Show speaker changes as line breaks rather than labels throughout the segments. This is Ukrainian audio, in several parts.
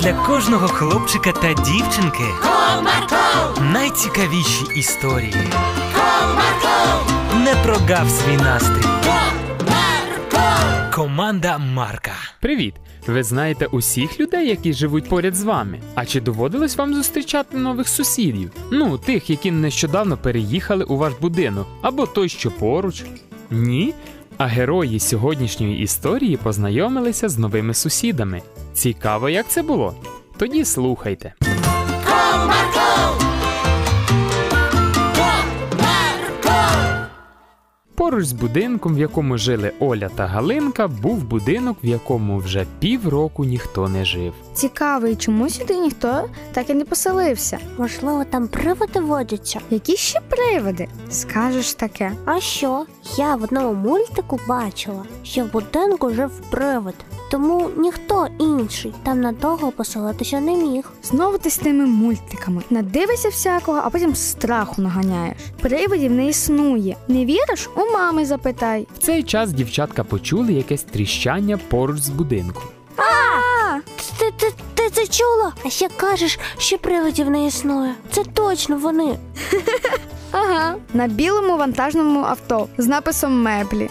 для кожного хлопчика та дівчинки
Comarco,
найцікавіші історії.
comarco,
Не прогав свій настрій.
comarco,
Команда Марка.
Привіт! Ви знаєте усіх людей, які живуть поряд з вами. А чи доводилось вам зустрічати нових сусідів? Ну, тих, які нещодавно переїхали у ваш будинок, або той, що поруч? Ні. А герої сьогоднішньої історії познайомилися з новими сусідами. Цікаво, як це було? Тоді слухайте.
comarco,
Поруч з будинком, в якому жили Оля та Галинка, був будинок, в якому вже півроку ніхто не жив.
Цікавий, чому сюди ніхто так і не поселився?
Можливо, там приводи водяться.
Які ще приводи? Скажеш таке.
А що? Я в одному мультику бачила, що в будинку жив привид, тому ніхто інший там надовго поселитися не міг.
Знову ти з тими мультиками. Надивишся всякого, а потім страху наганяєш. Привидів не існує. Не віриш? У мами запитай.
В цей час дівчатка почули якесь тріщання поруч з будинком.
Ти, ти, ти це чула? А ще кажеш, що привидів не існує. Це точно вони.
Ага. На білому вантажному авто з написом меблі.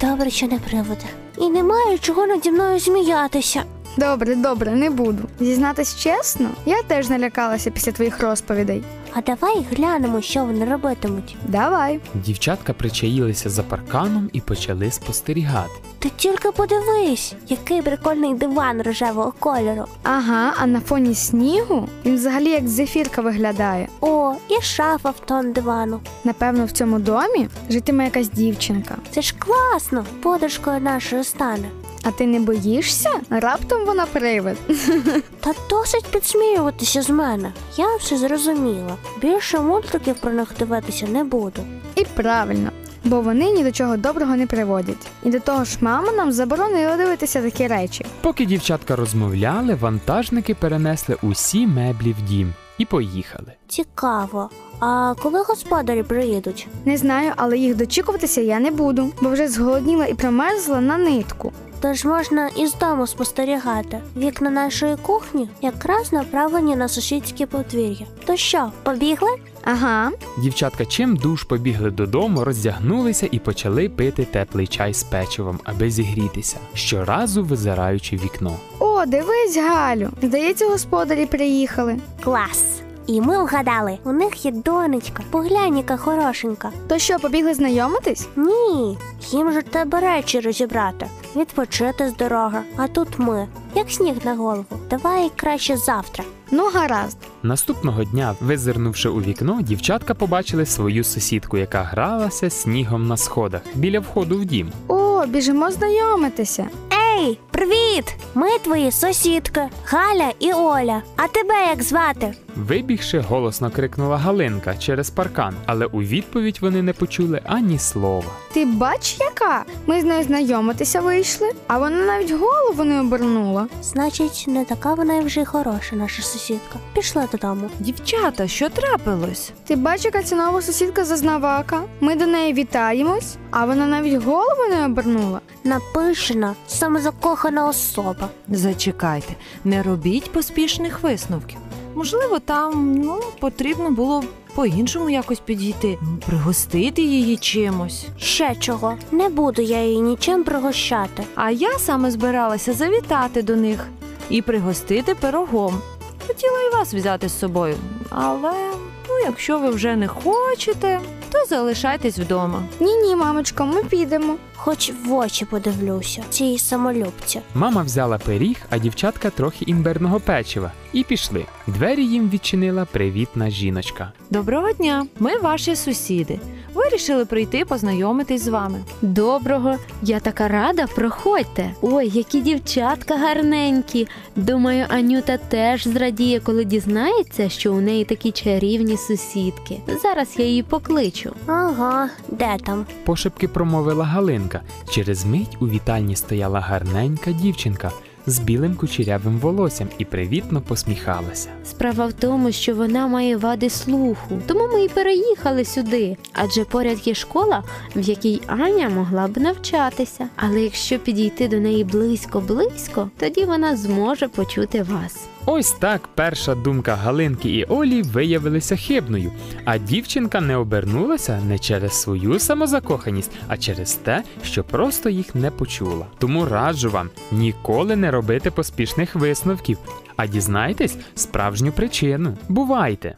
Добре, що не приводи. І немає чого наді мною зміятися.
Добре, добре, не буду. Зізнатись чесно, я теж налякалася після твоїх розповідей.
А давай глянемо, що вони робитимуть.
Давай.
Дівчатка причаїлися за парканом і почали спостерігати.
Ти тільки подивись, який прикольний диван рожевого кольору.
Ага, а на фоні снігу він взагалі як зефірка виглядає.
О, і шафа в тон дивану.
Напевно, в цьому домі житиме якась дівчинка.
Це ж класно, подружкою нашою стане.
А ти не боїшся? Раптом вона привид.
Та досить підсміюватися з мене. Я все зрозуміла. Більше мультиків про них дивитися не буду.
І правильно, бо вони ні до чого доброго не приводять. І до того ж, мама нам заборонила дивитися такі речі.
Поки дівчатка розмовляли, вантажники перенесли усі меблі в дім і поїхали.
Цікаво. А коли господарі приїдуть?
Не знаю, але їх дочікуватися я не буду, бо вже зголодніла і промерзла на нитку.
Тож можна і з дому спостерігати. Вікна нашої кухні якраз направлені на сусідське подвір'я. То що, побігли?
Ага,
Дівчатка чим душ побігли додому, роздягнулися і почали пити теплий чай з печивом, аби зігрітися, щоразу визираючи в вікно.
о, дивись, Галю. Здається, господарі приїхали.
Клас! І ми вгадали, у них є донечка, поглянь, яка хорошенька.
То що, побігли знайомитись?
Ні, їм же треба речі розібрати, відпочити з дороги, а тут ми, як сніг на голову. Давай краще завтра.
Ну, гаразд.
Наступного дня, визирнувши у вікно, дівчатка побачили свою сусідку, яка гралася снігом на сходах біля входу в дім.
О, біжимо знайомитися.
Ей, привіт! Ми твої сусідки Галя і Оля. А тебе як звати?
Вибігши, голосно крикнула Галинка через паркан, але у відповідь вони не почули ані слова.
Ти бач, яка? Ми з нею знайомитися вийшли, а вона навіть голову не обернула.
Значить, не така вона і вже й хороша, наша сусідка. Пішла додому.
Дівчата, що трапилось?
Ти бач, яка ця нова сусідка зазнавака. Ми до неї вітаємось, а вона навіть голову не обернула.
Напишена, самозакохана особа.
Зачекайте, не робіть поспішних висновків. Можливо, там ну потрібно було по-іншому якось підійти, ну, пригостити її чимось.
Ще чого? Не буду я її нічим пригощати.
А я саме збиралася завітати до них і пригостити пирогом. Хотіла і вас взяти з собою, але ну, якщо ви вже не хочете, то залишайтесь вдома.
Ні, ні, мамочко, ми підемо.
Хоч в очі подивлюся, цій самолюбці.
Мама взяла пиріг, а дівчатка трохи імбирного печива, і пішли. Двері їм відчинила привітна жіночка.
Доброго дня! Ми ваші сусіди. Вирішили прийти познайомитись з вами.
Доброго, я така рада, проходьте. Ой, які дівчатка гарненькі. Думаю, Анюта теж зрадіє, коли дізнається, що у неї такі чарівні сусідки. Зараз я її покличу.
Ага, де там?
Пошепки промовила Галинка. Через мить у вітальні стояла гарненька дівчинка з білим кучерявим волоссям і привітно посміхалася.
Справа в тому, що вона має вади слуху, тому ми і переїхали сюди, адже поряд є школа, в якій Аня могла б навчатися. Але якщо підійти до неї близько-близько, тоді вона зможе почути вас.
Ось так перша думка Галинки і Олі виявилася хибною, а дівчинка не обернулася не через свою самозакоханість, а через те, що просто їх не почула. Тому раджу вам ніколи не робити поспішних висновків, а дізнайтесь справжню причину. Бувайте!